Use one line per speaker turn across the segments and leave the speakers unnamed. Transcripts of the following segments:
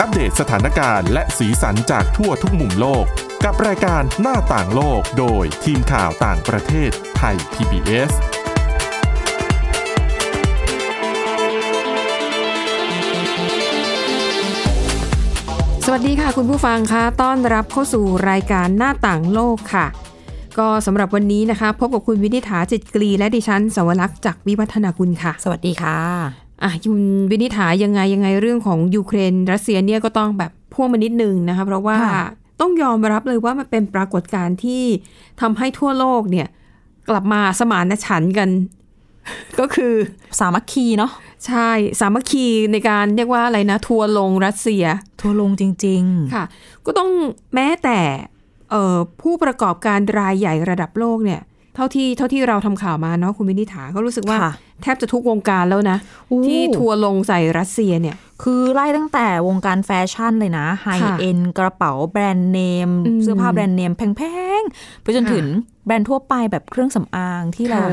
อัปเดตสถานการณ์และสีสันจากทั่วทุกมุมโลก กับรายการหน้าต่างโลกโดยทีมข่าวต่างประเทศไทย PBS
สวัสดีค่ะคุณผู้ฟังคะต้อนรับเข้าสู่รายการหน้าต่างโลกค่ะ ก็สำหรับวันนี้นะคะ พบกับคุณวินิษฐาจิตกรีและดิฉันสวรักษ์จากวิวัฒนาคุณค่ะ
สวัสดีค่ะ
อ่ะคุณวินิษฐายังไงยังไงเรื่องของยูเครนรัสเซียเนี่ยก็ต้องแบบพ่วงมานิดนึงนะคะ เพราะว่า
ค่ะ
ต้องยอมรับเลยว่ามันเป็นปรากฏการณ์ที่ทำให้ทั่วโลกเนี่ยกลับมาสมานฉันท์กัน ก็คือ
สามัคคีเนาะ
ใช่สามัคคีในการเรียกว่าอะไรนะทัวร์ลงรัสเซีย
ทัวร์ลงจริง
ค่ะก็ต้องแม้แต่เอ่อผู้ประกอบการรายใหญ่ระดับโลกเนี่ย เท่าที่เท่าที่เราทำข่าวมาเนาะคุณวินิษฐาก็รู้สึกว่า
ค่ะ
แทบจะทุกวงการแล้วนะ
โอ้
ที่ทัวร์ลงใส่รัสเซียเนี่ย
ๆ คือไล่ตั้งแต่วงการแฟชั่นเลยนะไฮ
ค่ะ
เอ็นกระเป๋าแบรนด์เนม
อืม
เสื้อผ้าแบรนด์เนมแพงๆ ไปจน
ค่ะ
ถึงแบรนด์ทั่วไปแบบเครื่องสำอางที่
ค่ะ
เรา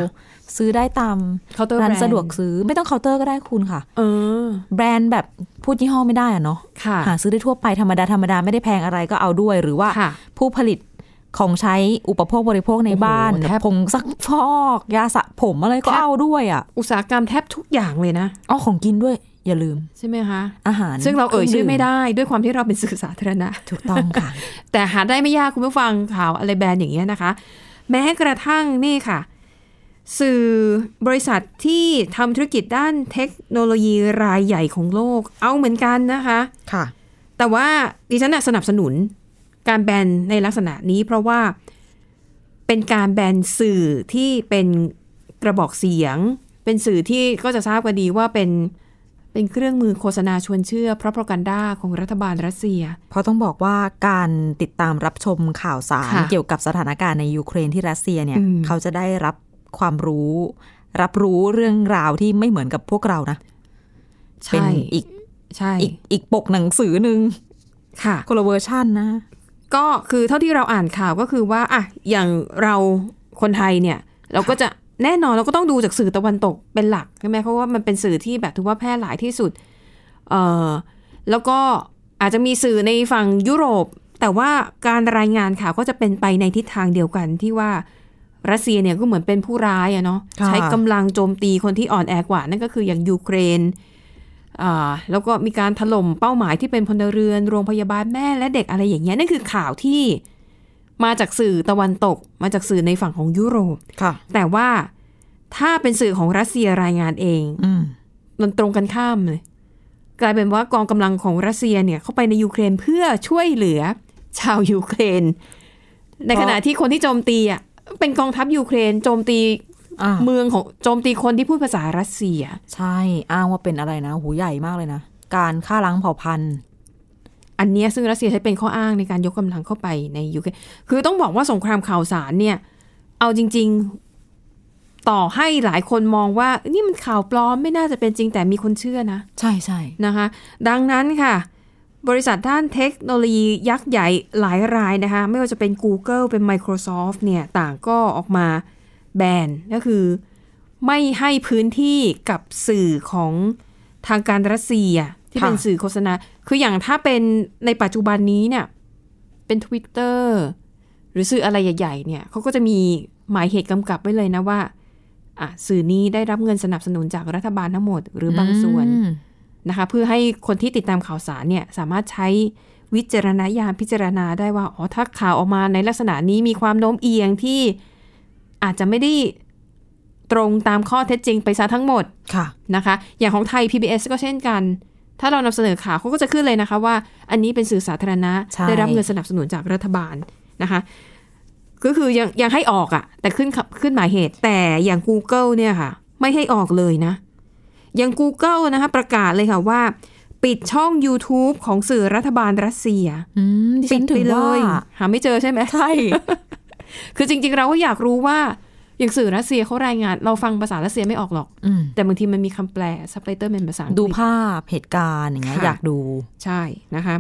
ซื้อได้ตาม
เคาน์เตอร์
ร้านสะดวกซื้อไม่ต้องเคาน์เตอร์ก็ได้คุณค่ะ
เออ
แบรนด์แบบพูดยี่ห้อไม่ได้อะเนาะ
ค่ะ
หาซื้อได้ทั่วไปธรรมดาธรรมดาไม่ได้แพงอะไรก็เอาด้วย หรือว่า
ค่ะ
ผู้ผลิตของใช้อุปโภคบริโภคใน
โอ้โห
บ้าน
แทบ
ผงซักฟอกยาสระผมอะไรก็เอาด้วยอ่ะ
อุตสาหกรรมแทบทุกอย่างเลยนะ
อ๋อของกินด้วยอย่าลืม
ใช่ไหมคะ
อาหาร
ซึ่งเราเอ่ยชื่อไม่
ค
ได้ด้วยความที่เราเป็นสื่อสาธารณะ
ื่องดื่มถูกต้องค่ะ
แต่หาได้ไม่ยากคุณผู้ฟังข่าวอะไรแบรนด์อย่างเงี้ยนะคะ แม้กระทั่งนี่ค่ะ สื่อบริษัทที่ทำธุรกิจด้านเทคโนโลยีรายใหญ่ของโลก เอาเหมือนกัน นะคะ
ค่ะ
แต่ว่าดิฉันนะสนับสนุนการแบนในลักษณะนี้เพราะว่าเป็นการแบนสื่อที่เป็นกระบอกเสียง เป็นสื่อที่ก็จะทราบกันดีว่าเป็นเป็นเครื่องมือโฆษณาชวนเชื่อเพราะโปรกันด้าของรัฐบาลรัสเซีย
เพราะต้องบอกว่าการติดตามรับชมข่าวสาร
ค่ะ
เกี่ยวกับสถานการณ์ในยูเครนที่รัสเซียเนี่ย
อืม
เขาจะได้รับความรู้ รับรู้เรื่องราวที่ไม่เหมือนกับพวกเรานะเป็น
ใช่
อีก
ใช่
อีกอีกปกหนังสือหนึ่ง
ค่ะ
คนละเวอร์ชันนะ
ก็คือเท่าที่เราอ่านข่าวก็คือว่าอะอย่างเราคนไทยเนี่ย เราก็จะแน่นอนเราก็ต้องดูจากสื่อตะวันตกเป็นหลักใช่ไหมเพราะว่ามันเป็นสื่อที่แบบถือว่าแพร่หลายที่สุดเออแล้วก็อาจจะมีสื่อในฝั่งยุโรป แต่ว่าการรายงานข่าวก็จะเป็นไปในทิศทางเดียวกันที่ว่ารัสเซียเนี่ยก็เหมือนเป็นผู้ร้ายอะเนาะ
ค่ะ
ใช้กำลังโจมตีคนที่อ่อนแอกว่านั่นก็คืออย่างยูเครน อ่าแล้วก็มีการถล่มเป้าหมายที่เป็นพลเรือน โรงพยาบาลแม่และเด็กอะไรอย่างเงี้ยนั่นคือข่าวที่มาจากสื่อตะวันตก มาจากสื่อในฝั่งของยุโรป
ค่ะ
แต่ว่าถ้าเป็นสื่อของรัสเซียรายงานเอง
อืม
มันตรงกันข้ามเลย กลายเป็นว่ากองกำลังของรัสเซียเนี่ยเข้าไปในยูเครนเพื่อช่วยเหลือชาวยูเครน ในขณะที่คนที่โจมตีอ่ะเป็นกองทัพยูเครนโจมตี
อ่า
เมืองของโจมตีคนที่พูดภาษารัสเซีย
ใช่อ้างว่าเป็นอะไรนะหูใหญ่มากเลยนะ การฆ่าล้างเผ่าพันธุ์
อันเนี้ยซึ่งรัสเซียใช้เป็นข้ออ้างในการยกกำลังเข้าไปในยูเครนคือต้องบอกว่าสงครามข่าวสารเนี่ย เอาจริง ๆ ต่อให้หลายคนมองว่า นี่มันข่าวปลอมไม่น่าจะเป็นจริงแต่มีคนเชื่อนะ
ใช่ใช่
นะคะ ดังนั้นค่ะ บริษัทด้านเทคโนโลยียักษ์ใหญ่หลายรายนะคะ ไม่ว่าจะเป็น Google เป็น Microsoft เนี่ยต่างก็ออกมาแบนก็คือ ไม่ให้พื้นที่กับสื่อของทางการรัสเซียที่เป็นสื่อโฆษณา คืออย่างถ้าเป็นในปัจจุบันนี้เนี่ย เป็น Twitter หรือสื่ออะไรใหญ่ๆเนี่ยเขาก็จะมีหมายเหตุกำกับไว้เลยนะว่าอ่ะสื่อนี้ได้รับเงินสนับสนุนจากรัฐบาลทั้งหมด หรือบางส่วน
อืม
นะคะเพื่อให้คนที่ติดตามข่าวสารเนี่ยสามารถใช้วิจารณญาณพิจารณาได้ว่าอ๋อถ้าข่าวออกมาในลักษณะนี้มีความโน้มเอียงที่อาจจะไม่ได้ตรงตามข้อเท็จจริงไปซะทั้งหมด
ค่ะ
นะคะ อย่างของไทย PBS ก็เช่นกัน ถ้าเรานำเสนอข่าวเขาก็จะขึ้นเลยนะคะว่า อันนี้เป็นสื่อสาธารณะ
ใช่
ได้รับเงินสนับสนุนจากรัฐบาลนะคะ ก็คือยังยังให้ออกอะแต่ขึ้นขับขึ้นหมายเหตุ แต่อย่าง Google เนี่ยค่ะ ไม่ให้ออกเลยนะ อย่าง Google นะคะประกาศเลยค่ะว่า ปิดช่อง YouTube ของสื่อรัฐบาลรัสเซีย
อืมดิ
ปิ
ฉั
ด
น
ไป
ถึง
เล
ว่าย
หาไม่เจอใช่ไหม
ใช่
คือจริง ๆ เราก็อยากรู้ว่า อย่างสื่อรัสเซียเขารายงาน เราฟังภาษารัสเซียไม่ออกหรอก
อืม
แต่บางทีมันมีคำแปลซับไตเติลเป็นภาษาอังกฤษ
ดูภาพเหตุการณ์อย่างเงี้ย
ค่ะ
อยากดู
ใช่นะคะ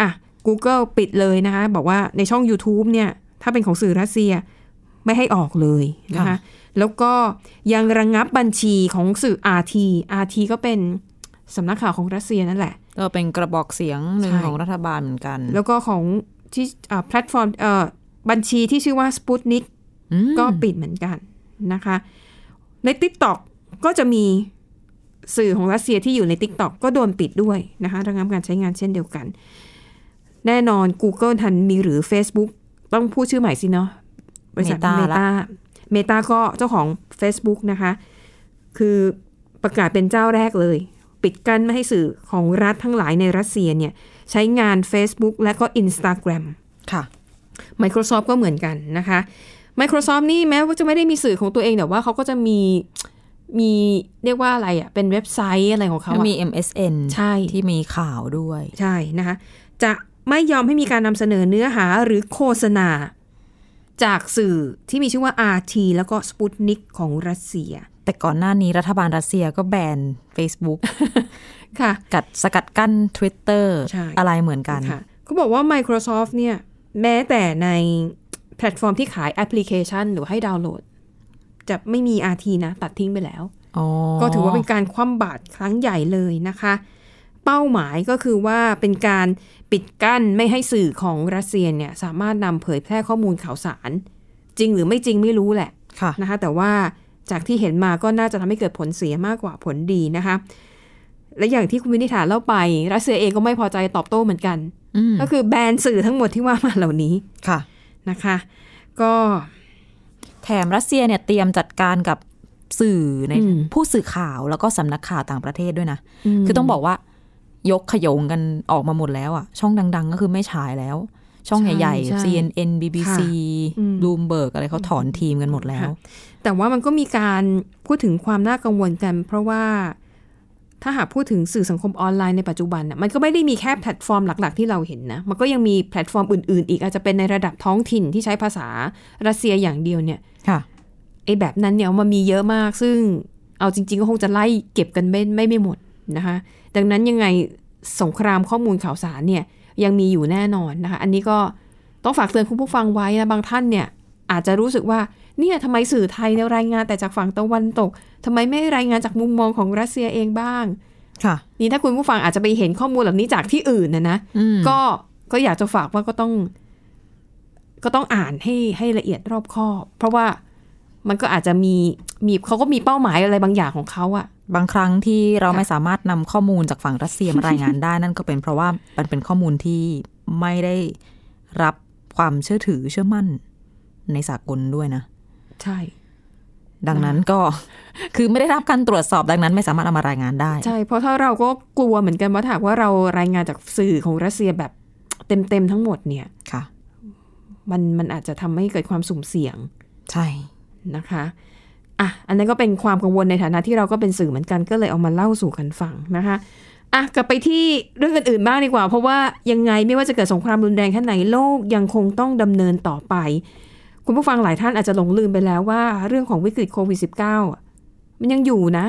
อ่ะ Google ปิดเลยนะคะ บอกว่าในช่อง YouTube เนี่ย ถ้าเป็นของสื่อรัสเซียไม่ให้ออกเลยนะคะ แล้วก็ยังระงงับบัญชีของสื่อ RT RT ก็เป็นสำนักข่าวของรัสเซียนั่นแหละ
ก็เป็นกระบอกเสียงหนึ่ง
ใช่
ของรัฐบาลเหมือนกัน
แล้วก็ของที่อ่าแพลตฟอร์มเอ่อบัญชีที่ชื่อว่า Sputnik
อืม
ก็ปิดเหมือนกันนะคะ ใน TikTok ก็จะมีสื่อของรัสเซียที่อยู่ใน TikTok ก็โดนปิดด้วยนะคะระงับการใช้งานเช่นเดียวกัน แน่นอน Google ทันมีหรือ Facebook ต้องพูดชื่อใหม่สิเนาะบริษัทเมตาเมตาก็เจ้าของ Facebook นะคะ คือประกาศเป็นเจ้าแรกเลย ปิดกั้นไม่ให้สื่อของรัฐทั้งหลายในรัสเซียเนี่ยใช้งาน Facebook และก็ Instagram
ค่ะ
Microsoft ก็เหมือนกันนะคะ Microsoft นี่แม้ว่าจะไม่ได้มีสื่อของตัวเองแต่ว่าเขาก็จะมีมีเรียกว่าอะไรอ่ะ เป็นเว็บไซต์อะไรของเขา
แล้ว
อะ
มี MSN
ใช่
ที่มีข่าวด้วย
ใช่นะคะ จะไม่ยอมให้มีการนำเสนอเนื้อหาหรือโฆษณา จากสื่อที่มีชื่อว่า RT แล้วก็ Sputnik ของรัสเซีย
แต่ก่อนหน้านี้รัฐบาลรัสเซียก็แบน Facebook
ค่ะ
กัดสกัดกั้น Twitter
ใช่
อะไรเหมือนกัน
ค่ะเขาบอกว่า Microsoft เนี่ยแม้แต่ในแพลตฟอร์มที่ขายแอปพลิเคชันหรือให้ดาวน์โหลด จะไม่มี RT นะตัดทิ้งไปแล้ว
อ๋อ
ก็ถือว่าเป็นการคว่ำบาตรครั้งใหญ่เลยนะคะ เป้าหมายก็คือว่าเป็นการปิดกั้นไม่ให้สื่อของรัสเซียเนี่ยสามารถนำเผยแพร่ข้อมูลข่าวสาร จริงหรือไม่จริงไม่รู้แหละ
ค่ะ
นะคะแต่ว่าจากที่เห็นมาก็น่าจะทำให้เกิดผลเสียมากกว่าผลดีนะคะ และอย่างที่คุณวินิฐาเล่าไป รัสเซียเองก็ไม่พอใจตอบโต้เหมือนกัน
อืม
ก็คือแบนสื่อทั้งหมดที่ว่ามาเหล่านี้
ค่ะ
นะคะ ก็
แถมรัสเซียเนี่ยเตรียมจัดการกับสื่อใน
อืม
ผู้สื่อข่าวแล้วก็สำนักข่าวต่างประเทศด้วยนะ คือต้องบอกว่ายกขยงกันออกมาหมดแล้วอะช่องดัง ๆ ก็คือไม่ฉายแล้ว ช่อง
ใช่
ใหญ่
ใช่
ๆ CNN BBC
อืม
b ูมเบิร์กอะไรเขาถอนทีมกันหมดแล้ว
ค่ะ แต่ว่ามันก็มีการพูดถึงความน่ากังวลกัน เพราะว่าถ้าหากพูดถึงสื่อสังคมออนไลน์ในปัจจุบันน่ะมันก็ไม่ได้มีแค่แพลตฟอร์มหลัก ๆ ที่เราเห็นนะ มันก็ยังมีแพลตฟอร์มอื่น ๆ อีกอาจจะเป็นในระดับท้องถิ่นที่ใช้ภาษารัสเซียอย่างเดียวเนี่ย
ค่ะ
ไอ้แบบนั้นเนี่ยมันมีเยอะมาก ซึ่งเอาจริง ๆ ก็คงจะไล่เก็บกันไม่ไม่ไม่หมดนะคะ ดังนั้นยังไงสงครามข้อมูลข่าวสารเนี่ยยังมีอยู่แน่นอนนะคะ อันนี้ก็ต้องฝากเตือนคุณผู้ฟังไว้นะบางท่านเนี่ย อาจจะรู้สึกว่าเนี่ยทำไมสื่อไทยเนี่ยรายงานแต่จากฝั่งตะวันตกทำไมไม่รายงานจากมุมมองของรัสเซียเองบ้าง
ค่ะ
นี่ถ้าคุณผู้ฟังอาจจะไปเห็นข้อมูลเหล่านี้จากที่อื่นนะนะ
อืม
ก็ก็อยากจะฝากว่าก็ต้อง ก็ต้องอ่านให้ให้ละเอียดรอบคอบ เพราะว่ามันก็อาจจะมีมีเขาก็มีเป้าหมายอะไรบางอย่างของเขาอะ
บางครั้งที่เรา
ค่ะ
ไม่สามารถนำข้อมูลจากฝั่งรัสเซียมารายงานได้ นั่นก็เป็นเพราะว่ามันเป็นข้อมูลที่ไม่ได้รับความเชื่อถือเชื่อมั่นในสากลด้วยนะ
ใช่
ดังนั้นก็ คือไม่ได้รับการตรวจสอบดังนั้นไม่สามารถเอามารายงานได้
ใช่ เพราะถ้าเราก็กลัวเหมือนกันว่าถ้าหากว่าเรารายงานจากสื่อของรัสเซียแบบเต็มเต็มๆทั้งหมดเนี่ย
ค่ะ
มันมันอาจจะทำให้เกิดความสุ่มเสี่ยง
ใช่
นะคะอ่ะอันนั้นก็เป็นความกังวลในฐานะที่เราก็เป็นสื่อเหมือนกันก็เลยเอามาเล่าสู่กันฟังนะคะอ่ะกลับไปที่เรื่องอื่นๆบ้างดีกว่า เพราะว่ายังไงไม่ว่าจะเกิดสงครามรุนแรงแค่ไหนโลกยังคงต้องดำเนินต่อไป คุณผู้ฟังหลายท่านอาจจะหลงลืมไปแล้วว่าเรื่องของวิกฤตโควิด -19 อ่ะมันยังอยู่นะ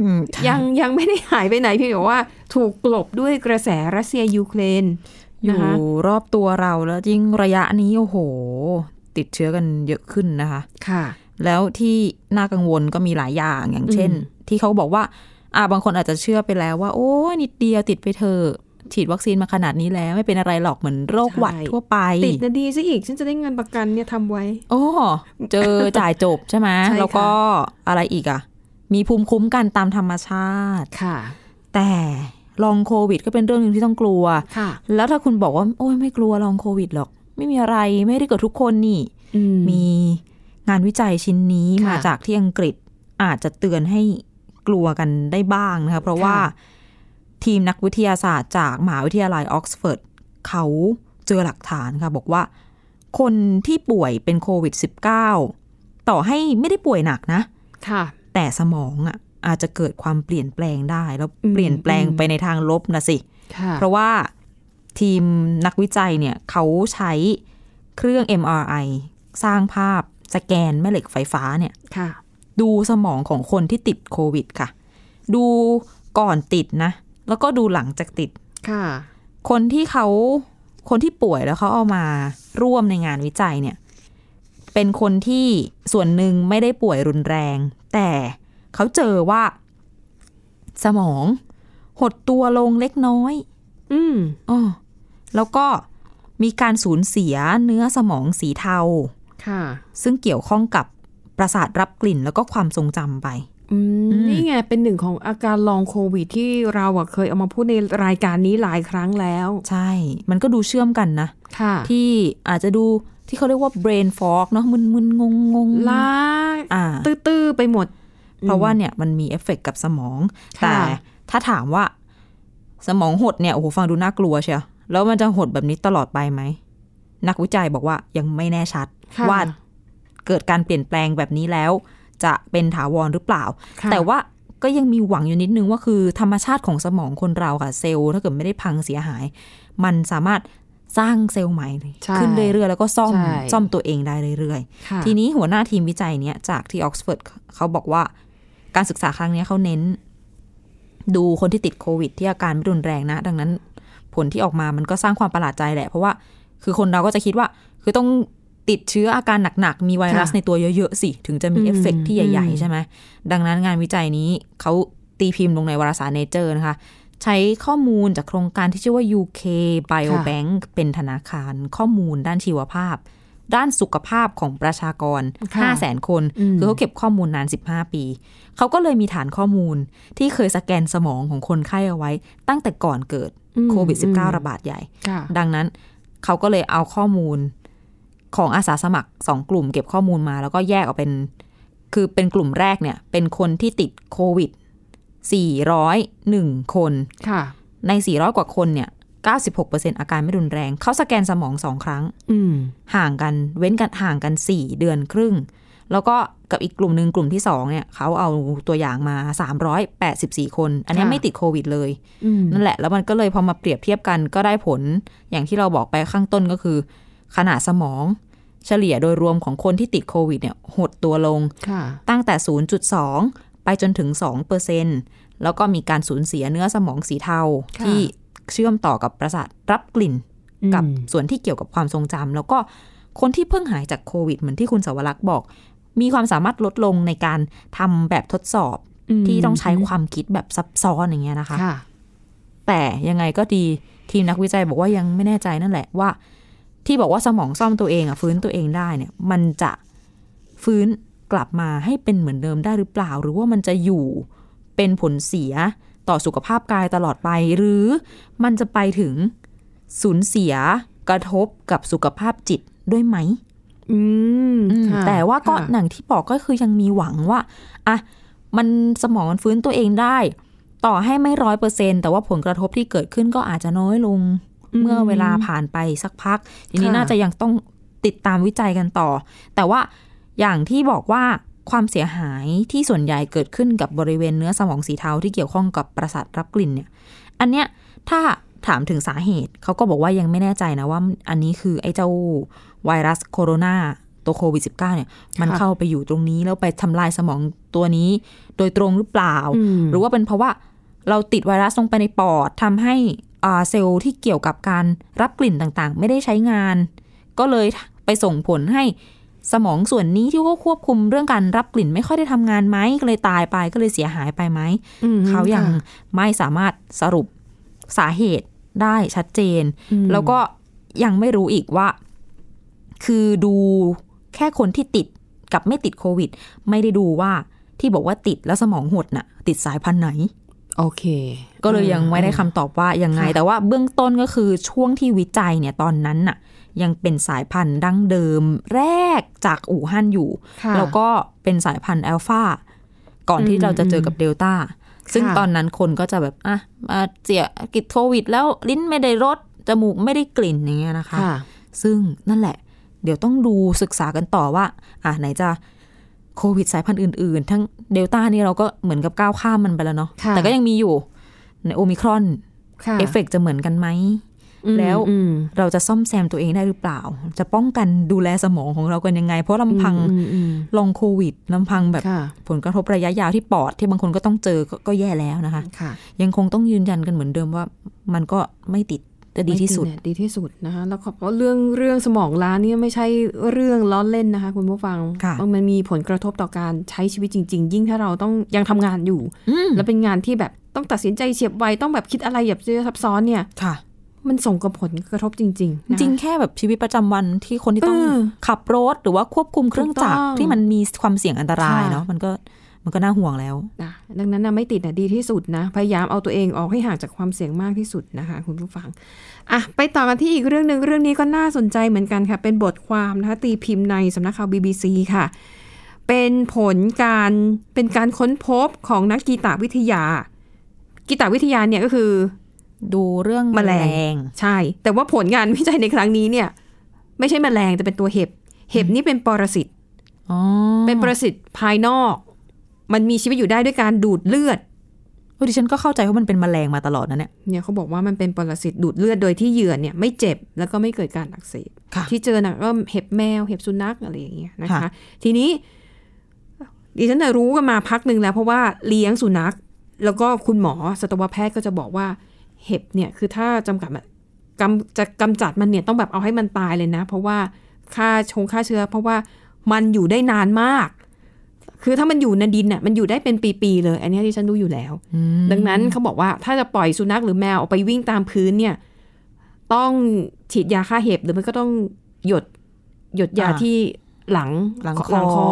อืมใช่
ยังยังไม่ได้หายไปไหนเพียงแต่ว่าถูกกลบด้วยกระแสรัสเซียยูเครนนะ
อยู่
คะ
รอบตัวเราแล้วยิ่งระยะนี้โอ้โห ติดเชื้อกันเยอะขึ้นนะคะ
ค่ะ
แล้วที่น่ากังวลก็มีหลายอย่างอย่างเช่น
อืม
ที่เขาบอกว่า อ่าบางคนอาจจะเชื่อไปแล้วว่า โอ้ยนิดเดียวติดไปเถอะฉีดวัคซีนมาขนาดนี้แล้ว ไม่เป็นอะไรหรอกเหมือนโรคหวัดทั่วไป
ติดนาทีซะอีกฉันจะได้เงินประกันเนี่ยทำไว้
โอ้เจอจ่ายจบใช่ไหม
ใช่ค่ะ
แล้วก็อะไรอีกอ่ะ มีภูมิคุ้มกันตามธรรมชาติ
ค่ะ
แต่ลองโควิด ก็เป็นเรื่องหนึงที่ต้องกลัว
ค่ะ
แล้วถ้าคุณบอกว่า โอ้ยไม่กลัวลองโควิดหรอก ไม่มีอะไรไม่ได้เกิดทุกคนนี่
อืม
มีงานวิจัยชิ้นนี้
ค่ะ
มาจากที่อังกฤษอาจจะเตือนให้กลัวกันได้บ้างนะคะเพราะ
ค่ะ
ว่าทีมนักวิทยาศาสตร์จากมหาวิทยาลัยออกซฟอร์ดเขาเจอหลักฐานค่ะ บอกว่าคนที่ป่วยเป็นโควิด -19 ต่อให้ไม่ได้ป่วยหนักนะ
ค่ะ
แต่สมองอ่ะอาจจะเกิดความเปลี่ยนแปลงได้ แล้ว
อืม
เปลี่ยนแปลง
อืม
ไปในทางลบนะสิ
ค่ะ
เพราะว่าทีมนักวิจัยเนี่ยเขาใช้เครื่อง MRI สร้างภาพสแกนแม่เหล็กไฟฟ้าเนี่ย
ค่ะ
ดูสมองของคนที่ติดโควิดค่ะ ดูก่อนติดนะ แล้วก็ดูหลังจากติด
ค่ะ
คนที่เขาคนที่ป่วยแล้วเขาเอามาร่วมในงานวิจัยเนี่ย เป็นคนที่ส่วนหนึ่งไม่ได้ป่วยรุนแรง แต่เขาเจอว่าสมอง หดตัวลงเล็กน้อย
อืม
อ๋อแล้วก็มีการสูญเสียเนื้อสมองสีเทา
ค่ะ
ซึ่งเกี่ยวข้องกับประสาทรับกลิ่นแล้วก็ความทรงจำไป
อืม
อืม
นี่ไงเป็นหนึ่งของอาการลองโควิดที่เราอะเคยเอามาพูดในรายการนี้หลายครั้งแล้ว
ใช่ มันก็ดูเชื่อมกันนะ
ค่ะ
ที่อาจจะดูที่เขาเรียกว่า brain fog เนาะมึนมึนงงงๆ
ล้า
อ่า
ตื้อๆไปหมด
เพราะว่าเนี่ยมันมีเอฟเฟกต์กับสมอง
ค่ะ
แต่ถ้าถามว่าสมองหดเนี่ย โอ้โห ฟังดูน่ากลัวเชียวแล้วมันจะหดแบบนี้ตลอดไปไหม นักวิจัยบอกว่ายังไม่แน่ชัด
ค่ะ
ว่าเกิดการเปลี่ยนแปลงแบบนี้แล้ว จะเป็นถาวรหรือเปล่า
ค่ะ
แต่ว่าก็ยังมีหวังอยู่นิดนึงว่าคือธรรมชาติของสมองคนเราค่ะเซลล์ถ้าเกิดไม่ได้พังเสียหาย มันสามารถสร้างเซลล์ใหม่
ใช่
ขึ้นเรื่อยๆแล้วก็ซ่อม
ใช่
ซ่อมตัวเองได้เรื่อยๆ
ค่ะ
ทีนี้หัวหน้าทีมวิจัยเนี่ยจากที่ออกซฟอร์ดเขาบอกว่า การศึกษาครั้งเนี้ยเขาเน้น ดูคนที่ติดโควิด ที่อาการไม่รุนแรงนะ ดังนั้น ผลที่ออกมามันก็สร้างความประหลาดใจแหละ เพราะว่าคือคนเราก็จะคิดว่า คือต้องติดเชื้ออาการหนัก ๆ มีไวรัสในตัวเยอะ ๆ สิ ถึงจะมีเอฟเฟกต์ที่ใหญ่ ๆ ใช่ไหมดังนั้นงานวิจัยนี้เขาตีพิมพ์ลงในวารสารเนเจอร์นะคะ ใช้ข้อมูลจากโครงการที่ชื่อว่า UK Biobank เป็นธนาคารข้อมูลด้านชีวภาพ ด้านสุขภาพของประชากร
ะ
5 0 0แสนคน คือเขาเก็บข้อมูลนาน 15 ปี เขาก็เลยมีฐานข้อมูลที่เคยสแกนสมองของคนไข้เอาไว้ ตั้งแต่ก่อนเกิด
อืม
โควิด
อืม
-19 ระบาดใหญ่
ค่ะ
ดังนั้นเขาก็เลยเอาข้อมูลของอาสาสมัครสองกลุ่ม เก็บข้อมูลมาแล้วก็แยกออกเป็น คือเป็นกลุ่มแรกเนี่ย เป็นคนที่ติดโควิด 401 คน
ค่ะ
ใน 400 กว่าคนเนี่ย 96%อาการไม่รุนแรง เขาสแกนสมองสองครั้ง
อืม
ห่างกันเว้นกันห่างกัน 4 เดือนครึ่ง แล้วก็กับอีกกลุ่มหนึ่งกลุ่มที่ 2 เนี่ย เขาเอาตัวอย่างมา 384 คน อันเนี้ย
ค่ะ
ไม่ติดโควิดเลย
อืม
นั่นแหละแล้วมันก็เลยพอมาเปรียบเทียบกันก็ได้ผลอย่างที่เราบอกไปข้างต้นก็คือ ขนาดสมอง เฉลี่ยโดยรวมของคนที่ติดโควิดเนี่ยหดตัวลง
ค่ะ
ตั้งแต่ 0.2 ไปจนถึง 2%แล้วก็มีการสูญเสียเนื้อสมองสีเทา
ค่ะ
ที่เชื่อมต่อกับประสาทรับกลิ่น กับ
อืม
ส่วนที่เกี่ยวกับความทรงจำแล้วก็คนที่เพิ่งหายจากโควิด เหมือนที่คุณสวรักษ์บอก มีความสามารถลดลงในการทำแบบทดสอบที่ต้องใช้ความคิดแบบซับซ้อนอย่างเงี้ยนะคะ
ค่ะ
แต่ยังไงก็ดีทีมนักวิจัยบอกว่ายังไม่แน่ใจนั่นแหละว่า ที่บอกว่าสมองซ่อมตัวเองอะฟื้นตัวเองได้เนี่ย มันจะฟื้นกลับมาให้เป็นเหมือนเดิมได้หรือเปล่า หรือว่ามันจะอยู่เป็นผลเสียต่อสุขภาพกายตลอดไป หรือมันจะไปถึงสูญเสียกระทบกับสุขภาพจิตด้วยไหม
อืม
อืม
ค่ะ
แต่ว่าก็
ค่ะ
หนังที่บอกก็คือยังมีหวังว่าอ่ะมันสมองมันฟื้นตัวเองได้ ต่อให้ไม่ร้อยเปอร์เซ็นแต่ว่าผลกระทบที่เกิดขึ้นก็อาจจะน้อยลง เมื่อเวลาผ่านไปสักพัก ทีนี้
ค่ะ
น่าจะยังต้องติดตามวิจัยกันต่อ แต่ว่าอย่างที่บอกว่าความเสียหายที่ส่วนใหญ่เกิดขึ้นกับบริเวณเนื้อสมองสีเทาที่เกี่ยวข้องกับประสาทรับกลิ่นเนี่ย อันเนี้ยถ้าถามถึงสาเหตุเขาก็บอกว่ายังไม่แน่ใจนะว่าอันนี้คือไอ้เจ้าไวรัสโคโรนาตัวโควิด -19 เนี่ย มัน
ค่ะ
เข้าไปอยู่ตรงนี้ แล้วไปทำลายสมองตัวนี้ โดยตรงหรือเปล่า
ม
หรือว่าเป็นเพราะว่าเราติดไวรัสลงไปในปอดทำให้อ่าเซลล์ที่เกี่ยวกับการรับกลิ่นต่างๆ ไม่ได้ใช้งาน ก็เลยไปส่งผลให้สมองส่วนนี้ที่เขาควบคุมเรื่องการรับกลิ่นไม่ค่อยได้ทำงานไหมก็เลยตายไปก็เลยเสียหายไปไหม
อืม
เขายัง
ค่ะ
ไม่สามารถสรุปสาเหตุได้ชัดเจน
อืม
แล้วก็ยังไม่รู้อีกว่า คือดูแค่คนที่ติดกับไม่ติดโควิด ไม่ได้ดูว่าที่บอกว่าติดแล้วสมองหดน่ะ ติดสายพันธุ์ไหน
โอเค
ก็เลยยังไม่ได้คำตอบว่ายังไง
ค่ะ
แต่ว่าเบื้องต้นก็คือช่วงที่วิจัยเนี่ยตอนนั้นน่ะ ยังเป็นสายพันธุ์ดั้งเดิมแรกจากอู่ฮั่นอยู่
ค่ะ
แล้วก็เป็นสายพันธุ์แอลฟาก่อนที่
อืม
เราจะเจอกับเดลต้าซึ่ง
ค่ะ
ตอนนั้นคนก็จะแบบ อ่ะมาเจียกิดโควิด แล้วลิ้นไม่ได้รสจมูกไม่ได้กลิ่นอย่างเงี้ยนะคะ
ค่ะ
ซึ่งนั่นแหละ เดี๋ยวต้องดูศึกษากันต่อว่า อ่ะไหนจะโควิดสายพันธุ์อื่นๆ ทั้งเดลต้านี่เราก็เหมือนกับก้าวข้ามมันไปแล้วเนาะ
ค่ะ
แต่ก็ยังมีอยู่ในโอมิครอน
ค่ะ
เอฟเฟกต์จะเหมือนกันไหม
อืม
แล้ว
อืม
เราจะซ่อมแซมตัวเองได้หรือเปล่า จะป้องกันดูแลสมองของเรากันยังไง เพราะลำพัง
อืมอืม
ลองโควิดลำพังแบบ
ค่ะ
ผลกระทบระยะยาวที่ปอดที่บางคนก็ต้องเจอกก็แย่แล้วนะคะ
ค่ะ
ยังคงต้องยืนยันกันเหมือนเดิมว่ามันก็ไม่ติด จะดีที่สุด
ไม่กินเนี่ยดีที่สุดนะคะแล้วขอบเรื่องเรื่องสมองล้าเนี่ยไม่ใช่เรื่องล้อเล่นนะคะ คุณผู้ฟัง
ค่ะ
เพรามันมีผลกระทบต่อการใช้ชีวิตจริง ๆ ยิ่งถ้าเราต้องยังทำงานอยู่
อืม
แล้วเป็นงานที่แบบต้องตัดสินใจเฉียบไวต้องแบบคิดอะไรแบบซับซ้อนเนี่ย
ค่ะ
มันส่งกับผลกระทบจริงๆ
จ
นะคะ
ริงๆแค่แบบชีวิตประจำวันที่คนที่ต้อง
เออ
ขับรถหรือว่าควบคุมเครื่องจักร
ถูกต้อง
ที่มันมีความเสี่ยงอันตราย
ค่ะ
เนาะมันก็มันก็น่าห่วงแล้ว
นะดังนั้นนะไม่ติดนะดีที่สุดนะ พยายามเอาตัวเองออกให้ห่างจากความเสี่ยงมากที่สุดนะคะ คุณผู้ฟังอ่ะไปต่อกันที่อีกเรื่องหนึ่งเรื่องนี้ก็น่าสนใจเหมือนกันค่ะ เป็นบทความนะคะตีพิมพ์ในสำนักข่าว BBC ค่ะ เป็นผลการเป็นการค้นพบของนักกีตาวิทยา กีตาวิทยาเนี่ยก็คือ
ดูเรื่อง
แมลง
ง
ใช่ แต่ว่าผลงานวิจัยในครั้งนี้เนี่ย ไม่ใช่แมลงแต่เป็นตัวเห็บ เห็บนี่เป็นปรสิต
อ๋อ
เป็นปรสิตภายนอก มันมีชีวิตอยู่ได้ด้วยการดูดเลือด
เออดิฉันก็เข้าใจว่ามันเป็นแมลงมาตลอดนะเนี่ย
เนี่ยเขาบอกว่ามันเป็นปรสิตดูดเลือดโดยที่เหยื่อเนี่ยไม่เจ็บแล้วก็ไม่เกิดการอักเสบ
ค่ะ
ที่เจอน่ะก็เห็บแมวเห็บสุนัขอะไรอย่างเงี้ยนะคะ
ค่ะ
ทีนี้ดิฉันน่ะรู้กันมาพักหนึ่งแล้ว เพราะว่าเลี้ยงสุนัข แล้วก็คุณหมอสัตวแพทย์ก็จะบอกว่าเห็บเนี่ยคือถ้าจำกัดมันกำจะกำจัดมันเนี่ยต้องแบบเอาให้มันตายเลยนะ เพราะว่าค่าชงค่าเชื้อ เพราะว่ามันอยู่ได้นานมาก คือถ้ามันอยู่ในดินน่ะมันอยู่ได้เป็นปีๆเลย อันเนี้ยดิฉันรู้อยู่แล้ว
อืม
ดังนั้นเขาบอกว่าถ้าจะปล่อยสุนัขหรือแมวออกไปวิ่งตามพื้นเนี่ย ต้องฉีดยาฆ่าเห็บหรือไม่ก็ต้องหยดหยดยา
อ่า
ที่หลัง
หลังคอ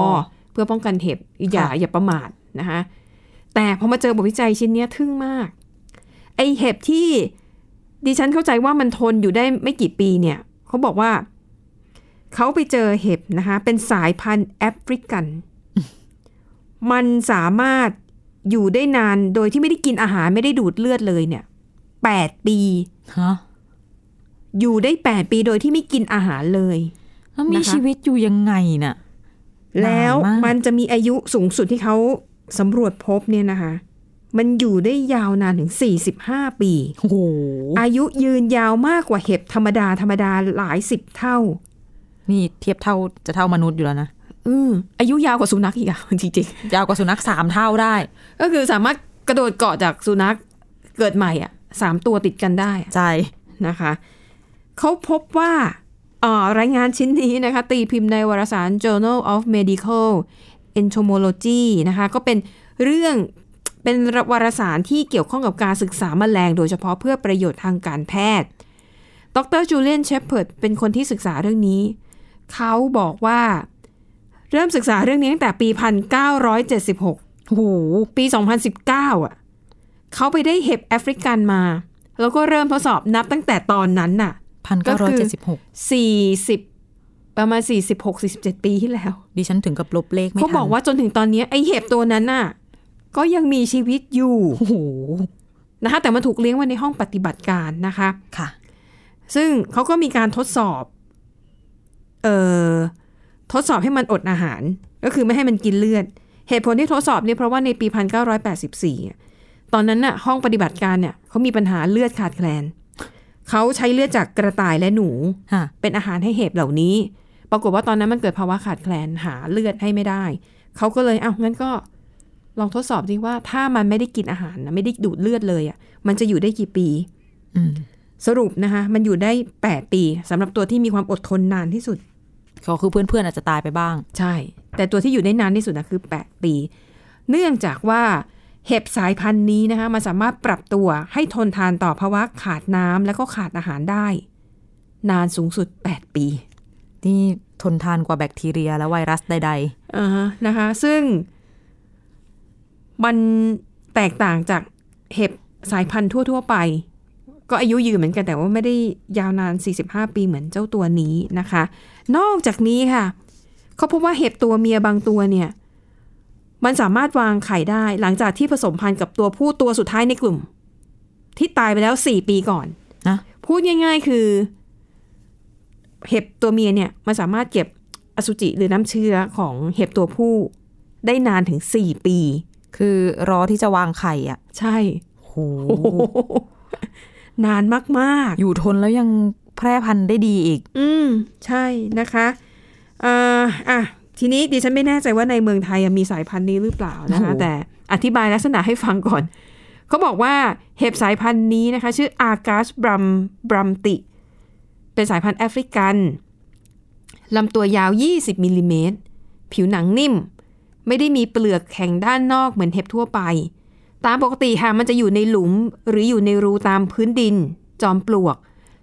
เพื่อป้องกันเห็บอย่า
ค่ะ
อย่าประมาทนะคะแต่พอมาเจอบทวิจัยชิ้นเนี้ยทึ่งมาก ไอเห็บที่ดิฉันเข้าใจว่ามันทนอยู่ได้ไม่กี่ปีเนี่ยเขาบอกว่า เขาไปเจอเห็บนะคะ เป็นสายพันธุ์แอฟริกัน มันสามารถอยู่ได้นานโดยที่ไม่ได้กินอาหารไม่ได้ดูดเลือดเลยเนี่ยแปดปี
ฮะ
อยู่ได้แปดปีโดยที่ไม่กินอาหารเลย
แล้วมี
นะคะ
ชีวิตอยู่ยังไงน่ะ
แล้ว
นานมาก
มันจะมีอายุสูงสุดที่เขาสำรวจพบเนี่ยนะคะ มันอยู่ได้ยาวนานถึง 45 ปี
โอ้โห
อายุยืนยาวมากกว่าเห็บธรรมดาธรรมดาหลายสิบเท่า
นี่เทียบเท่าจะเท่ามนุษย์อยู่แล้วนะ
อืมอายุยาวกว่าสุนัขอีกอะ จริง
ยาวกว่าสุนัขสามเท่าได้
ๆก็คือสามารถกระโดดเกาะจากสุนัขเกิดใหม่อ่ะสามตัวติดกันได้อะ
ใจ
นะคะเขาพบว่าเอ่อรายงานชิ้นนี้นะคะ ตีพิมพ์ในวารสาร Journal of Medical Entomology นะคะ ก็เป็นเรื่องเป็นวารสารที่เกี่ยวข้องกับการศึกษาแมลงโดยเฉพาะเพื่อประโยชน์ทางการแพทย์ ดรจูเลียนเชฟเพิร์ดเป็นคนที่ศึกษาเรื่องนี้ เขาบอกว่าเริ่มศึกษาเรื่องนี้ตั้งแต่ปี 1976
โอ้โห
ปี 2019 อ่ะ เขาไปได้เห็บแอฟริกันมา แล้วก็เริ่มทดสอบนับตั้งแต่ตอนนั้นน่ะ
พันเก้าร้อยเจ็ดสิบหก
40 ประมาณ 46 47 ปีที่แล้ว
ดิฉันถึงกับลบเลขไม่ทั
เขา
น
บอกว่าจนถึงตอนนี้ไอเห็บตัวนั้นน่ะ ก็ยังมีชีวิตอยู่
โอ้โห
นะคะ แต่มันถูกเลี้ยงไว้ในห้องปฏิบัติการนะคะ
ค่ะ
ซึ่งเขาก็มีการทดสอบ เอ่อ ทดสอบให้มันอดอาหาร ก็คือไม่ให้มันกินเลือด เหตุผลที่ทดสอบเนี่ยเพราะว่าในปี 1984อ่ะตอนนั้นน่ะห้องปฏิบัติการเนี่ยเขามีปัญหาเลือดขาดแคลน เขาใช้เลือดจากกระต่ายและหนู
ฮะ
เป็นอาหารให้เห็บเหล่านี้ ปรากฏว่าตอนนั้นมันเกิดภาวะขาดแคลนหาเลือดให้ไม่ได้ เขาก็เลยเอ้างั้นก็ลองทดสอบดิว่าถ้ามันไม่ได้กินอาหารนะไม่ได้ดูดเลือดเลยอ่ะ มันจะอยู่ได้กี่ปี
อืม
สรุปนะคะ มันอยู่ได้ 8 ปีสำหรับตัวที่มีความอดทนนานที่สุด
ก็คือเพื่อนๆอาจจะตายไปบ้าง
ใช่ แต่ตัวที่อยู่ได้นานที่สุดนะคือ 8 ปี เนื่องจากว่าเห็บสายพันธุ์นี้นะคะมันสามารถปรับตัวให้ทนทานต่อภาวะขาดน้ำแล้วก็ขาดอาหารได้ นานสูงสุด 8 ปี
ที่ทนทานกว่าแบคทีเรียและไวรัสใด
อ่าฮะนะคะซึ่งมันแตกต่างจากเห็บสายพันธุ์ทั่ว ๆ ไป ก็อายุยืนเหมือนกันแต่ว่าไม่ได้ยาวนาน 45 ปีเหมือนเจ้าตัวนี้นะคะ นอกจากนี้ค่ะเขาพบว่าเห็บตัวเมียบางตัวเนี่ย มันสามารถวางไข่ได้หลังจากที่ผสมพันธุ์กับตัวผู้ตัวสุดท้ายในกลุ่ม ที่ตายไปแล้ว 4 ปีก่อน
ๆ นะ
พูดง่าย ๆ คือ เห็บตัวเมียเนี่ยมันสามารถเก็บอสุจิหรือน้ำเชื้อของเห็บตัวผู้ ได้นานถึงสี่ปี
คือรอที่จะวางไข่อ่ะ
ใช่
โห
นานมาก
อยู่ทนแล้วยังแพร่พันธุ์ได้ดีอีก
ๆ อืม ใช่นะคะเอ่ออ่ะ ทีนี้ดิฉันไม่แน่ใจว่าในเมืองไทยมีสายพันธุ์นี้หรือเปล่านะคะ
โอ้โห
แต่อธิบายลักษณะให้ฟังก่อน เขาบอกว่าเห็บสายพันธุ์นี้นะคะ ชื่ออากาสบรัมบรัมติ เป็นสายพันธุ์แอฟริกันลำตัวยาว 20มิลลิเมตรผิวหนังนิ่ม ไม่ได้มีเปลือกแข็งด้านนอกเหมือนเห็บทั่วไป ตามปกติค่ะมันจะอยู่ในหลุมหรืออยู่ในรูตามพื้นดิน จอมปลวก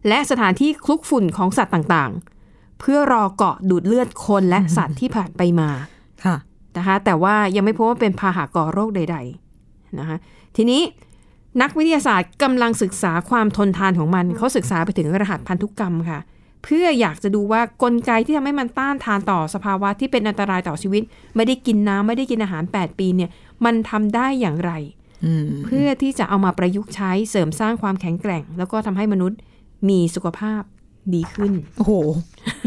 และสถานที่คลุกฝุ่นของสัตว์ต่างๆ เพื่อรอเกาะดูดเลือดคนและสัตว์ที่ผ่านไปมา
ค่ะ
นะคะแต่ว่ายังไม่พบว่าเป็นพาหะก่อโรคใดๆนะคะทีนี้นักวิทยาศาสตร์กำลังศึกษาความทนทานของมัน เขาศึกษาไปถึงรหัสพันธุกรรมค่ะ เพื่ออยากจะดูว่ากลไกที่ทำให้มันต้านทานต่อสภาวะที่เป็นอันตรายต่อชีวิต ไม่ได้กินน้ำไม่ได้กินอาหาร 8 ปีเนี่ยมันทำได้อย่างไร
อืม
เพื่อที่จะเอามาประยุกต์ใช้เสริมสร้างความแข็งแกร่ง แล้วก็ทำให้มนุษย์มีสุขภาพดีขึ้น
โอ้โห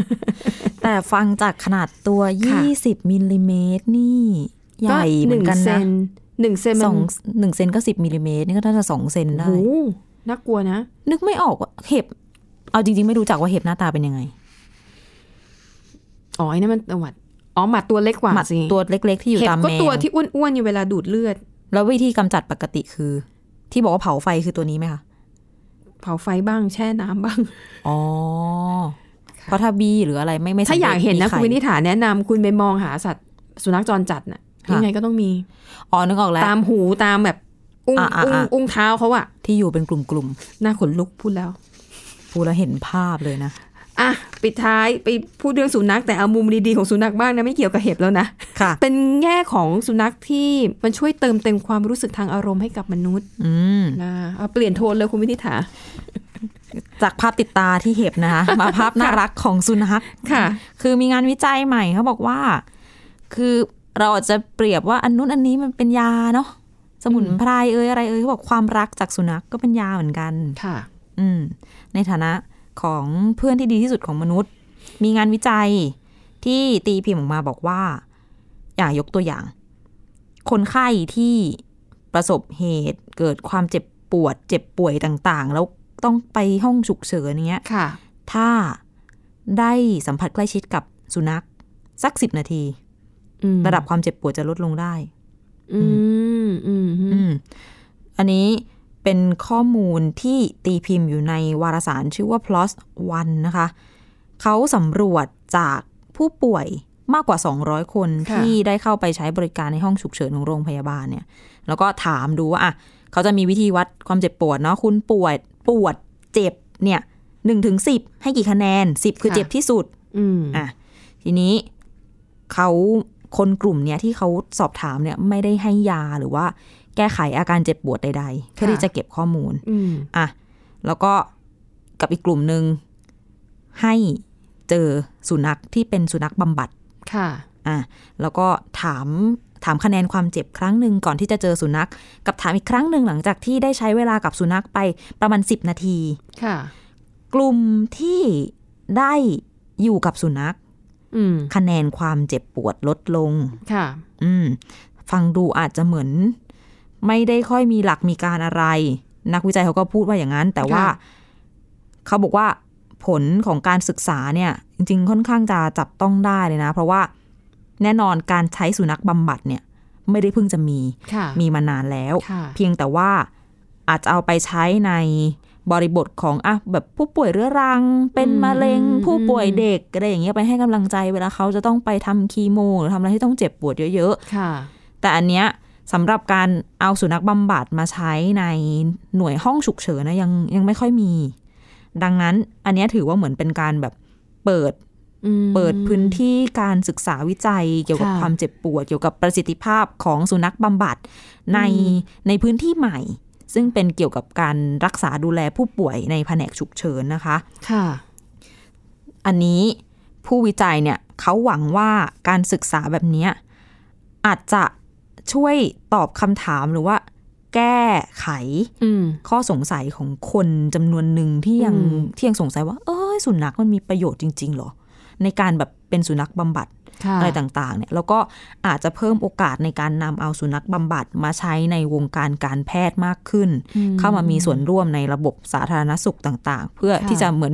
แต่ฟังจากขนาดตัว
ค่ะ
20มิลลิเมตรนี่ ใหญ่เหมือนกัน
หงเซ
นะ
หนึ่งเซนมัน
สองหนึ่งเซนก็ 10มิลลิเมตรนี่ก็น่าจะสองเซนได้
โอ้โหน่ากลัวนะ
นึกไม่ออกว่าเห็บ เอาจริง ๆ ไม่รู้จักว่าเห็บหน้าตาเป็นยังไง
อ๋อไอ้นั่นมันหวัด อ๋อหมัดตัวเล็กกว่า
หมัด
สิ
ตัวเล็ก ๆ ที่อยู่
เห็บ
ตาม
ก็
แม
ตัว
ว
ที่อ้วนๆอยู่เวลาดูดเลือด
แล้ววิธีกำจัดปกติคือ ที่บอกว่าเผาไฟคือตัวนี้ไหมคะ
เผาไฟบ้างแช่น้ำบ้าง
อ๋อ เพราะถ้าบีหรืออะไรไม่ไม่สำ
ถ้าอยากเห็นนะ
มี
คุณ
ไข่
วินิษฐาแนะนำคุณไปมองหาสัตว์สุนัขจรจัดน่ะ
ค่ะ
ยังไงก็ต้องมี
อ๋อนึกออกแล้ว
ตามหูตามแบบ อุ้ง
อ่ะอ่ะ
อุ้ง
อ่ะ
อุ้งเท้าเขาอะ
ที่อยู่เป็นกลุ่ม
หน้าขนลุกพูดแล้ว
ๆพูดแล้วเห็นภาพเลยนะ
อ่ะ ปิดท้ายไปพูดเรื่องสุนัขแต่เอามุมดีๆของสุนัขบ้างนะไม่เกี่ยวกับเห็บแล้วนะ
ค่ะ
เป็นแง่ของสุนัขที่มันช่วยเติมเต็มความรู้สึกทางอารมณ์ให้กับมนุษย์
อืม
นะเอาเปลี่ยนโทนเลยคุณวินิษฐา
จากภาพติดตาที่เห็บนะคะ มาภาพน่ารักของสุนัข
ค่ะ
คือมีงานวิจัยใหม่เขาบอกว่า คือเราอาจจะเปรียบว่าอันนู้นอันนี้มันเป็นยาเนาะสมุนไพรเอ้ยอะไรเอ้ยเขาบอกความรักจากสุนัขกก็เป็นยาเหมือนกัน
ค่ะ
อืมในฐานะของเพื่อนที่ดีที่สุดของมนุษย์ มีงานวิจัยที่ตีพิมพ์ออกมาบอกว่า อย่างยกตัวอย่าง คนไข้ที่ประสบเหตุเกิดความเจ็บปวด เจ็บป่วยต่างๆ แล้วต้องไปห้องฉุกเฉินอย่างเงี้ย
ค่ะ
ถ้าได้สัมผัสใกล้ชิดกับสุนัข สักสิบนาที
อืม
ระดับความเจ็บปวดจะลดลงได้
อืมอืมอื
อื
ม
มอันนี้เป็นข้อมูลที่ตีพิมพ์อยู่ในวารสารชื่อว่า plus one นะคะ เขาสำรวจจากผู้ป่วยมากกว่า 200 คนที่ได้เข้าไปใช้บริการในห้องฉุกเฉินของโรงพยาบาลเนี่ย แล้วก็ถามดูว่าอ่ะเขาจะมีวิธีวัดความเจ็บปวดเนาะคุณปวดปวดเจ็บเนี่ยหนึ่งถึงสิบให้กี่คะแนนสิบคือเจ็บที่สุด
อืม
อ่ะทีนี้เขาคนกลุ่มเนี้ยที่เขาสอบถามเนี่ยไม่ได้ให้ยาหรือว่าแก้ไขอาการเจ็บปวดใดๆ เพื่อที่จะเก็บข้อมูล
อืม
อ่ะแล้วก็กับอีกกลุ่มหนึ่งให้เจอสุนัขที่เป็นสุนัขบำบัด
ค่ะ
อ่ะแล้วก็ถามถามคะแนนความเจ็บครั้งหนึ่งก่อนที่จะเจอสุนัข กับถามอีกครั้งหนึ่งหลังจากที่ได้ใช้เวลากับสุนัขไปประมาณ 10 นาที
ค่ะ
กลุ่มที่ได้อยู่กับสุนัข
อืม
คะแนนความเจ็บปวดลดลง
ค่ะ
อืม ฟังดูอาจจะเหมือน ไม่ได้ค่อยมีหลักมีการอะไร นักวิจัยเขาก็พูดว่าอย่างนั้น แต่ว่า
ค่ะ
เขาบอกว่าผลของการศึกษาเนี่ย จริง ๆ ค่อนข้างจะจับต้องได้เลยนะ เพราะว่าแน่นอนการใช้สุนัขบำบัดเนี่ย ไม่ได้เพิ่งจะมี
ค่ะ
มีมานานแล้ว
ค่ะ
เพียงแต่ว่าอาจจะเอาไปใช้ในบริบทของอ่ะแบบผู้ป่วยเรื้อรัง เป็น
อืม
มะเร็ง
อืม
ผู้ป่วยเด็กอะไรอย่างเงี้ยไปให้กำลังใจเวลาเขาจะต้องไปทำคีโมหรือทำอะไรที่ต้องเจ็บปวดเยอะ
ค่ะ
ๆ แต่อันเนี้ยสำหรับการเอาสุนัขบำบัดมาใช้ในหน่วยห้องฉุกเฉินนะยังยังไม่ค่อยมี ดังนั้นอันเนี้ยถือว่าเหมือนเป็นการแบบเปิด
อืม
เปิดพื้นที่การศึกษาวิจัยเกี่ยวกับ
ค่ะ
ความเจ็บปวด เกี่ยวกับประสิทธิภาพของสุนัขบำบัดใน
อืม
ในพื้นที่ใหม่ ซึ่งเป็นเกี่ยวกับการรักษาดูแลผู้ป่วยในแผนกฉุกเฉินนะคะ
ค่ะ
อันนี้ผู้วิจัยเนี่ยเขาหวังว่าการศึกษาแบบเนี้ยอาจจะช่วยตอบคำถามหรือว่า แก้ไข
อืม
ข้อสงสัยของคนจำนวนหนึ่งที่ยัง
อืม
ที่ยังสงสัยว่า เอยสุนัขมันมีประโยชน์จริง ๆ เหรอ ในการแบบเป็นสุนัขบำบัด
ค่ะ
อะไรต่างๆ เนี่ย แล้วก็อาจจะเพิ่มโอกาสในการนำเอาสุนัขบำบัดมาใช้ในวงการการแพทย์มากขึ้น
อื
เข้ามามีส่วนร่วมในระบบสาธารณสุขต่างๆ เพื่อ
ค่ะ
ที่จะเหมือน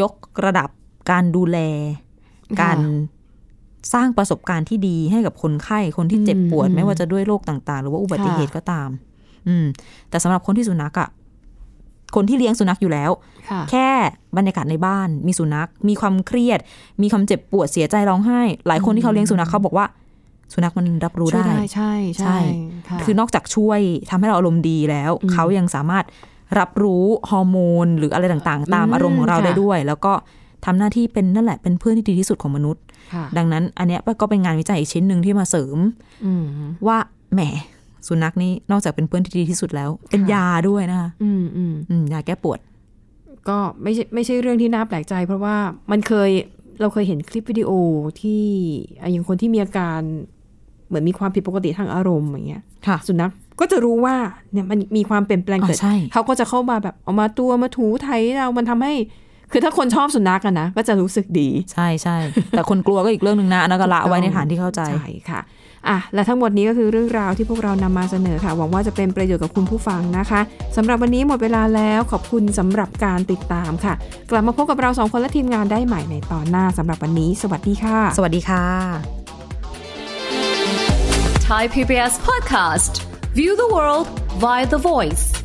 ยกระดับการดูแล
ะ
การสร้างประสบการณ์ที่ดีให้กับคนไข้ คนที่เจ็บปวด
อืม
ไม่ว่าจะด้วยโรคต่างๆ หรือว่าอุบัติเหตุ
ค่ะ
ก็ตาม อืม แต่สำหรับคนที่สุนัขอะคนที่เลี้ยงสุนัขอยู่แล้ว
ค่ะ
แค่บรรยากาศในบ้าน มีสุนัข มีความเครียด มีความเจ็บปวดเสียใจร้องไห้ หลายคนที่เขาเลี้ยงสุนัขเขาบอกว่า สุนัขมันรับรู้
ช่วย
ได้
ได้ใช่ใช่
ใช่
ค่ะ
คือนอกจากช่วยทำให้เราอารมณ์ดีแล้ว
อืม
เขายังสามารถรับรู้ฮอร์โมน หรืออะไรต่างๆ ตาม
อืม
อารมณ์ของเรา
ค่ะ
ได้ด้วย แล้วก็ทำหน้าที่เป็นนั่นแหละเป็นเพื่อนที่ดีที่สุดของมนุษย์
ค่ะ
ดังนั้น อันเนี้ยก็เป็นงานวิจัยอีกชิ้นหนึ่งที่มาเสริม
อืม
ว่าแหมสุนัขนี่นอกจากเป็นเพื่อนที่ดีที่สุดแล้ว เป็น
ค่ะ
ยาด้วยนะคะ
อืมอืม
อืมยาแก้ปวด
ก็ไม่ใช่ไม่ใช่เรื่องที่น่าแปลกใจ เพราะว่ามันเคยเราเคยเห็นคลิปวิดีโอที่อ่ะอย่างคนที่มีอาการเหมือนมีความผิดปกติทางอารมณ์อย่างเงี้ย
ค่ะ
สุนัขก็จะรู้ว่าเนี่ยมันมีความเปลี่ยนแปลง
อ๋อ
เกิด
ใช่
เขาก็จะเข้ามาแบบเอามาตัวมาถูไถเรามันทำให้ คือถ้าคนชอบสุนัขอะนะก็จะรู้สึกดี
ใช่ใช่ แต่คนกลัวก็อีกเรื่องหนึ่งนะอันนั้นก็ละไว้ในฐานที่เข้าใจ
ใช่ค่ะอ่ะ และทั้งหมดนี้ก็คือเรื่องราวที่พวกเรานำมาเสนอค่ะ หวังว่าจะเป็นประโยชน์กับคุณผู้ฟังนะคะสำหรับวันนี้หมดเวลาแล้วขอบคุณสำหรับการติดตามค่ะ กลับมาพบกับเราสองคนและทีมงานได้ใหม่ในตอนหน้าสำหรับวันนี้ สวัสดีค่ะ
สวัสดีค่ะ
Thai PBS podcast. View the world via the voice.